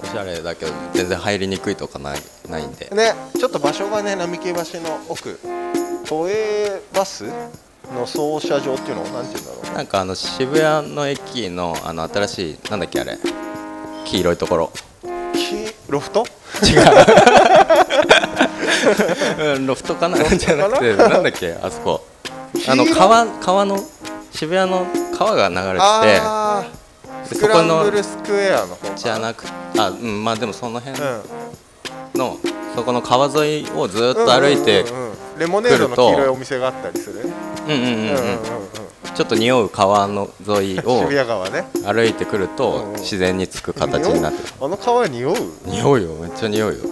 Speaker 3: おしゃれだけど全然入りにくいとかないないんで
Speaker 2: ね、ちょっと場所がね、並木橋の奥、都営バスの操車場っていうのを、なんていうんだろう、
Speaker 3: なんかあの渋谷の駅のあの新しいなんだっけあれ黄色いところ
Speaker 2: きロフト
Speaker 3: うんロフトかな
Speaker 2: ロフトかな
Speaker 3: じゃなくてなんだっけあそこあの
Speaker 2: 黄色い
Speaker 3: 川川の渋谷の川が流れ
Speaker 2: あー、
Speaker 3: で
Speaker 2: スクランブルスクエアの方か
Speaker 3: ててじゃなくあうんまあでもその辺
Speaker 2: うん、
Speaker 3: のそこの川沿いをずっと歩いて
Speaker 2: うんうんうんうんレモネードの黄色いお店があったりする、
Speaker 3: うんうんうん
Speaker 2: うんうんうん
Speaker 3: うんちょっと匂う川の沿い
Speaker 2: うん、
Speaker 3: を
Speaker 2: 渋谷川ね、
Speaker 3: 歩いてくる
Speaker 2: うん
Speaker 3: と
Speaker 2: うん
Speaker 3: 自然につく形になってる
Speaker 2: 匂うあの川匂う
Speaker 3: 匂いよめっちゃ匂いよ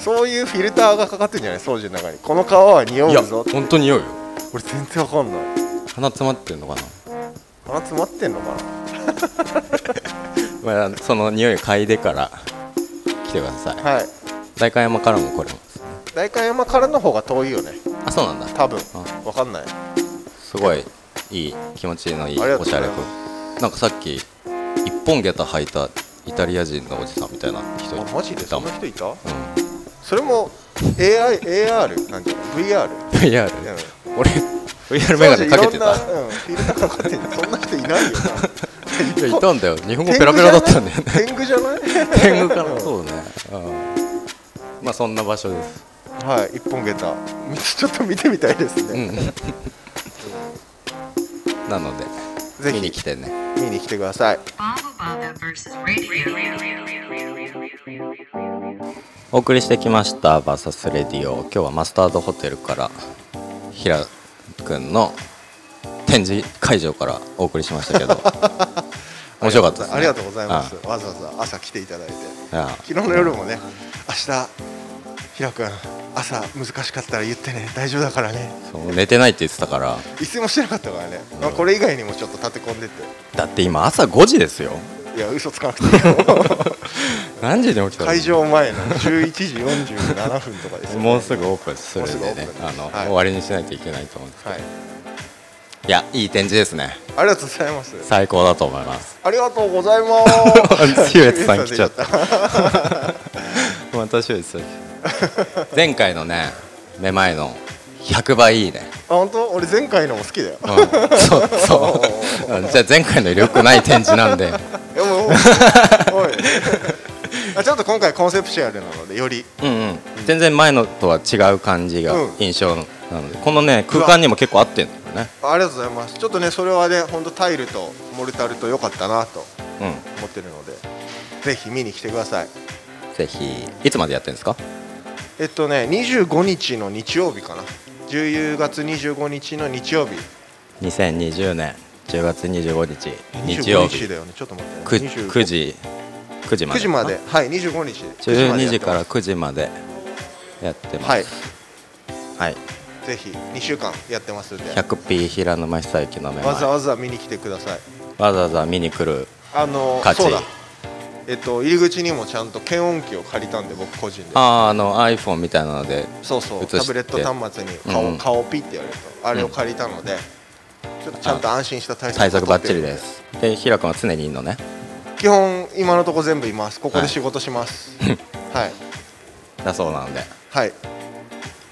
Speaker 2: そういうフィルターがかかってるんじゃない、掃除の中に、この川は匂
Speaker 3: いや
Speaker 2: うぞ、
Speaker 3: 本当に匂いよ
Speaker 2: 俺、全然わかんない、
Speaker 3: 鼻詰まってるのかな
Speaker 2: 鼻詰まってんのかな、
Speaker 3: まあその匂い嗅いでから来てください
Speaker 2: はい、
Speaker 3: 代官山からも来れますね
Speaker 2: 代官山からの方が遠いよね、
Speaker 3: あそうなんだ
Speaker 2: 多分
Speaker 3: あ
Speaker 2: わかんない。
Speaker 3: すごいいい気持ちのいい
Speaker 2: ありがと
Speaker 3: お
Speaker 2: うご
Speaker 3: しゃ
Speaker 2: ざい
Speaker 3: れ
Speaker 2: ます
Speaker 3: くなんかさっき一本下駄履いたイタリア人のおじさんみたいな人
Speaker 2: あマジで
Speaker 3: いた
Speaker 2: そん
Speaker 3: もん
Speaker 2: な人いた
Speaker 3: うん
Speaker 2: それも AI AR なんじゃない VR
Speaker 3: VR
Speaker 2: う
Speaker 3: 俺 VR メガネかけ
Speaker 2: 当時いろ
Speaker 3: てた
Speaker 2: んな、うん、フィルターかかってんのそんな人いないよ
Speaker 3: いや
Speaker 2: ない
Speaker 3: たんだよ日本語ペラペラだったんだよね
Speaker 2: 天狗じゃない
Speaker 3: 天狗からそうねうんまあそんな場所です
Speaker 2: はい一本下駄みちょっと見てみたいです
Speaker 3: う
Speaker 2: ね、
Speaker 3: んなので
Speaker 2: ぜひ
Speaker 3: 見に来てね
Speaker 2: 見に来てください
Speaker 1: Baba Baba versus radio.
Speaker 3: お送りしてきました「バーサスレディオ」今日はマスタードホテルから平くんの展示会場からお送りしました けど面白かったです、ね、
Speaker 2: ありがとうございますわざわざ朝来ていただいて
Speaker 3: ああ
Speaker 2: 昨日の夜もね明日平君朝難しかったら言ってね大丈夫だからね
Speaker 3: そう寝てないって言ってたから
Speaker 2: 一睡もしてなかったからね、まあ、これ以外にもちょっと立て込んでて
Speaker 3: だって今朝5時ですよ
Speaker 2: いや嘘つかなくていいよ
Speaker 3: 何時に起きたの
Speaker 2: 会場前の11時47分とかですよ、
Speaker 3: もうすぐオープンするん
Speaker 2: もう
Speaker 3: です
Speaker 2: ぐ
Speaker 3: ね
Speaker 2: オープン
Speaker 3: あの、
Speaker 2: はい
Speaker 3: 終わりにしないといけないと思うんです
Speaker 2: はい、
Speaker 3: いやいい展示ですね
Speaker 2: ありがとうございます
Speaker 3: 最高だと思います
Speaker 2: ありがとうございます
Speaker 3: ヒュエットさん来 ちゃった
Speaker 2: ヒュエットさん来ちゃっ
Speaker 3: またそうです 前回のねめまいの100倍いいね
Speaker 2: たあ本当俺前回のも好きだよ
Speaker 3: うんそうそううんじゃあ前回のより良くない展示なんで
Speaker 2: いや もうおいあちょっと今回コンセプシュアルなのでより
Speaker 3: うん、うん、全然前のとは違う感じが
Speaker 2: うん
Speaker 3: 印象なので、このね空間にも結構合ってるんだよね
Speaker 2: ありがとうございますちょっとねそれはね本当タイルとモルタルと良かったなと
Speaker 3: う
Speaker 2: 思ってるのでぜひ見に来てください
Speaker 3: んぜひいつまでやってるんですか
Speaker 2: えっとね25日の日曜日かな10月25日の日曜日
Speaker 3: 2020年10月25日
Speaker 2: 25
Speaker 3: 日曜
Speaker 2: 日
Speaker 3: 日
Speaker 2: だよねちょっと待って、ね、
Speaker 3: く
Speaker 2: 25
Speaker 3: 9時9時ま
Speaker 2: 9
Speaker 3: で
Speaker 2: 時まではい25日
Speaker 3: 12時からら9時までやってます
Speaker 2: はい
Speaker 3: はい、
Speaker 2: ぜひ2週間やってますんで
Speaker 3: 100P 平沼久之のめまい
Speaker 2: わざわざ見に来てください
Speaker 3: わざわざ見に来る
Speaker 2: あの
Speaker 3: 価値
Speaker 2: そうだえっと入り口にもちゃんと検温器を借りたんで僕個人で
Speaker 3: あーあの iPhone みたいなので
Speaker 2: そうそう
Speaker 3: 映して
Speaker 2: タブレット端末に顔,、
Speaker 3: うんうん
Speaker 2: 顔ピッてやるとあれを借りたので、ちょっとちゃんと安心した対策
Speaker 3: 対策ばっちり
Speaker 2: を取
Speaker 3: で
Speaker 2: って
Speaker 3: すで平君は常にいるのね
Speaker 2: る基本今のとこ全部いますここ
Speaker 3: は
Speaker 2: で
Speaker 3: い
Speaker 2: 仕事しますはい
Speaker 3: だそうなので
Speaker 2: はい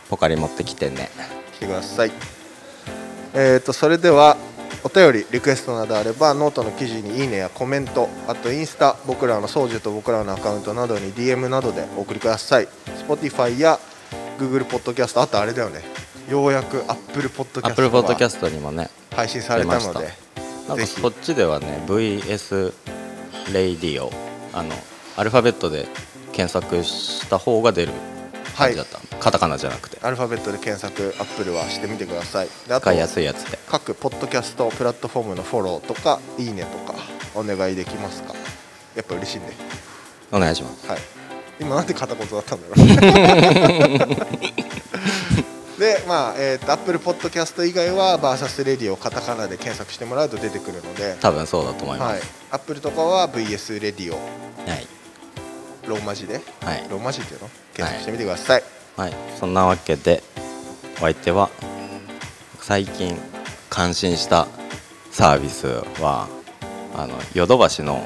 Speaker 3: ポカリ持ってきてね
Speaker 2: 来てくださいえー、とそれではお便りリクエストなどあればノートの記事にいいねやコメントあとインスタ僕らの宗樹と僕らのアカウントなどに DM などでお送りください Spotify や Google ポッドキャストあとあれだよねようやく Apple ポッドキャス
Speaker 3: Apple
Speaker 2: トが
Speaker 3: Podcast にもね
Speaker 2: 配信された
Speaker 3: 出
Speaker 2: の
Speaker 3: ま
Speaker 2: で
Speaker 3: しなんか
Speaker 2: ぜひ
Speaker 3: こっちではね VS レイディオあのアルファベットで検索した方が出る感じだった、カタカナじゃなくて
Speaker 2: アルファベットで検索アップルはしてみてくださいであと
Speaker 3: 使いやすいやつで
Speaker 2: 各ポッドキャストプラットフォームのフォローとかいいねとかお願いできますかやっぱ嬉しいね
Speaker 3: お願いします
Speaker 2: はい今なんで片言だったんだろう でまあえーと Apple Podcast 以外は VS レディをカタカナで検索してもらうと出てくるので、
Speaker 3: 多分そうだと思いま
Speaker 2: はい
Speaker 3: す、
Speaker 2: Apple とかは VS レディオ
Speaker 3: はい
Speaker 2: ローマ字で
Speaker 3: はい
Speaker 2: ローマ字っていうの検索してみてください、
Speaker 3: はい、そんなわけでお相手は最近感心したサービスはあのヨドバシの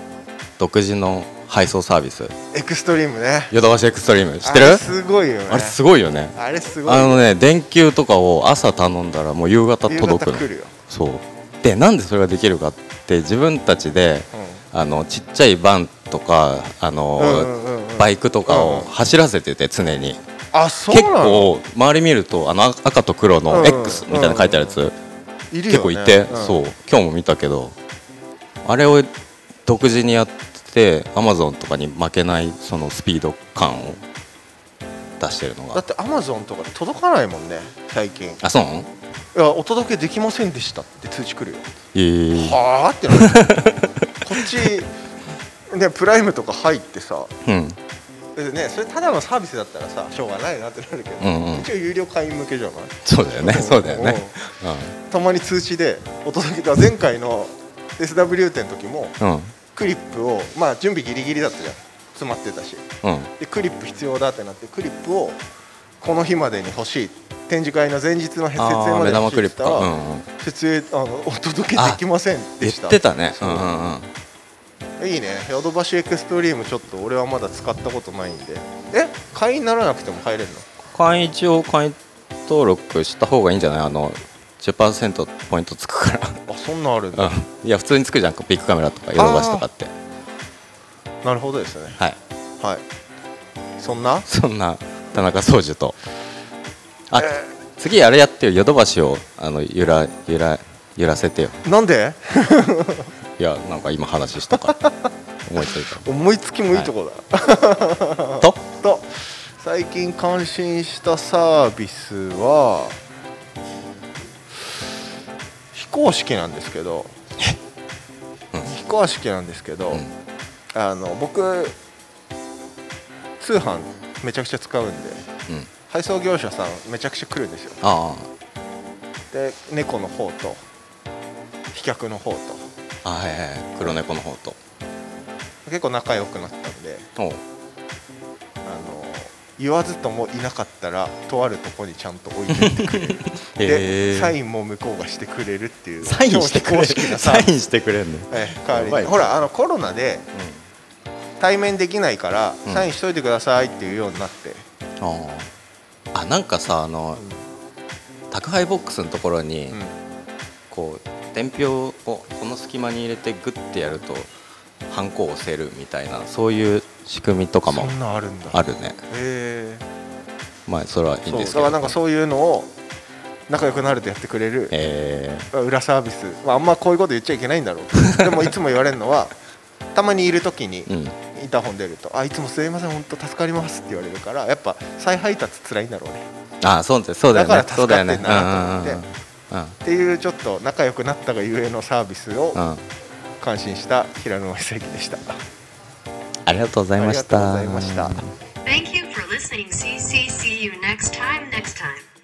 Speaker 3: 独自の配送サービス
Speaker 2: エクストリームね
Speaker 3: ヨドバシエクストリーム知ってる
Speaker 2: あれ
Speaker 3: あれ
Speaker 2: すごいよね
Speaker 3: すごいよね
Speaker 2: あれすごい
Speaker 3: あのね電球とかを朝頼んだらもう夕方
Speaker 2: 夕
Speaker 3: 届く
Speaker 2: 方
Speaker 3: の
Speaker 2: 来るよ、
Speaker 3: そうでなんでそれができるかって自分たちで
Speaker 2: う
Speaker 3: あのちっちゃいバンとかあの、
Speaker 2: ん、うんうんうん
Speaker 3: バイクとか
Speaker 2: うんう
Speaker 3: を
Speaker 2: ん
Speaker 3: 走らせてて常に
Speaker 2: あそう
Speaker 3: 結
Speaker 2: なの
Speaker 3: 構周り見るとあの赤赤と黒
Speaker 2: う
Speaker 3: の
Speaker 2: ん
Speaker 3: X みたいなの書いてあるやつ、
Speaker 2: いるよね
Speaker 3: 結構いて、
Speaker 2: うん
Speaker 3: そう今日も見たけどあれを独自にやってアマゾンとかに負けないそのスピード感を出してるの
Speaker 2: だっ
Speaker 3: が
Speaker 2: てアマゾンとかで届かないもんね最近い
Speaker 3: あそうなの
Speaker 2: やお届けできませんでしたって通知来るよ
Speaker 3: えー
Speaker 2: はあってなるこっちねプライムとか入ってさ
Speaker 3: うん
Speaker 2: でねそれただのサービスだったらさしょうがないなってなるけど、
Speaker 3: うんうん
Speaker 2: 一応有料会員向けじゃない
Speaker 3: そうだよねそうだよね
Speaker 2: たまに通知でお届けだ前回の SW 店の時も
Speaker 3: うんうん
Speaker 2: クリップをまあ準備ギリギリだったじゃん詰まってたし
Speaker 3: うん
Speaker 2: でクリップ必要だってなってクリップをこの日までに欲しい展示会の前日の設営
Speaker 3: あー
Speaker 2: まで
Speaker 3: 目
Speaker 2: に
Speaker 3: 玉
Speaker 2: 欲し
Speaker 3: ク
Speaker 2: い
Speaker 3: リ
Speaker 2: っ
Speaker 3: ッ
Speaker 2: て
Speaker 3: プ
Speaker 2: 言った
Speaker 3: か、う
Speaker 2: ら
Speaker 3: んうん、
Speaker 2: 設営あのお届けできませんで
Speaker 3: 言
Speaker 2: した
Speaker 3: ってたねう
Speaker 2: そ
Speaker 3: ん
Speaker 2: う
Speaker 3: うんうん
Speaker 2: いいねヨドバシエクストリームちょっと俺はまだ使ったことないんでえ会員にならなくても入れるの
Speaker 3: 会員一応会員登録した方がいいんじゃないあの10%ポイントつくから
Speaker 2: あそんなんあるんだ
Speaker 3: うんいや普通につくじゃんビッグカメラとかヨドバシとかって
Speaker 2: なるほどですね
Speaker 3: はい
Speaker 2: はいそんな
Speaker 3: そんな田中宗樹とあ、次あれやってよヨドバシをあの揺ら揺ら揺らせてよ
Speaker 2: なんで
Speaker 3: いやなんか今話したから思いつい
Speaker 2: 思いつきもいいとこだ、
Speaker 3: たと
Speaker 2: と最近感心したサービスは非公式なんですけど、非公式なんですけど、
Speaker 3: うん
Speaker 2: あの僕通販めちゃくちゃ使うんで
Speaker 3: うん
Speaker 2: 配送業者さんめちゃくちゃ来るんですよ
Speaker 3: あ
Speaker 2: で猫の方と飛脚の方と
Speaker 3: ああはいはいはい黒猫の方と
Speaker 2: 結構仲良くなったんで
Speaker 3: おう
Speaker 2: あの言わずともいなかったらとあるとこにちゃんと置いてってくれるで、
Speaker 3: へー
Speaker 2: サインも向こうがしてくれるっていう
Speaker 3: サインしてくれ
Speaker 2: 超
Speaker 3: る
Speaker 2: 非公式なサ
Speaker 3: サ
Speaker 2: ービ
Speaker 3: イ
Speaker 2: ス
Speaker 3: ンしてくれんの
Speaker 2: ええ代
Speaker 3: や
Speaker 2: わ
Speaker 3: ばい
Speaker 2: りに
Speaker 3: ね
Speaker 2: ほらあのコロナで
Speaker 3: う
Speaker 2: 対面できないから、
Speaker 3: うん
Speaker 2: サインしといてくださいっていうようになって
Speaker 3: んあああなんかさあの宅配ボックスのところに、
Speaker 2: うん、
Speaker 3: こう伝票をこの隙間に入れてグッてやるとハンコを押せるみたいなそういう仕組みとかも
Speaker 2: そんなんあるんだ
Speaker 3: あるね
Speaker 2: へえ
Speaker 3: まあそれはいいん
Speaker 2: そう
Speaker 3: で
Speaker 2: だ
Speaker 3: す
Speaker 2: か
Speaker 3: けど
Speaker 2: らなんかそういうのを仲良くなるとやってくれる
Speaker 3: えー
Speaker 2: 裏サービス、まあ、あんまこういうこと言っちゃいけないんだろう けどでもいつも言われるのはたまにいる時に
Speaker 3: うん、
Speaker 2: インターホン出ると「あいつもすいません本当助かります」って言われるからやっぱ再配達辛いんだろうね
Speaker 3: ああそうだそうだよね
Speaker 2: だから
Speaker 3: そう
Speaker 2: 助
Speaker 3: だ
Speaker 2: かって
Speaker 3: よね
Speaker 2: んだなと思って
Speaker 3: うんうんうん
Speaker 2: っていうちょっと仲良くなったがゆえのサービスを
Speaker 3: うんうん
Speaker 2: 感心した平沼久之でした
Speaker 3: ありがとうございました
Speaker 2: ありがとうございました
Speaker 1: Thank you for listening. CC. See you next time. Next time.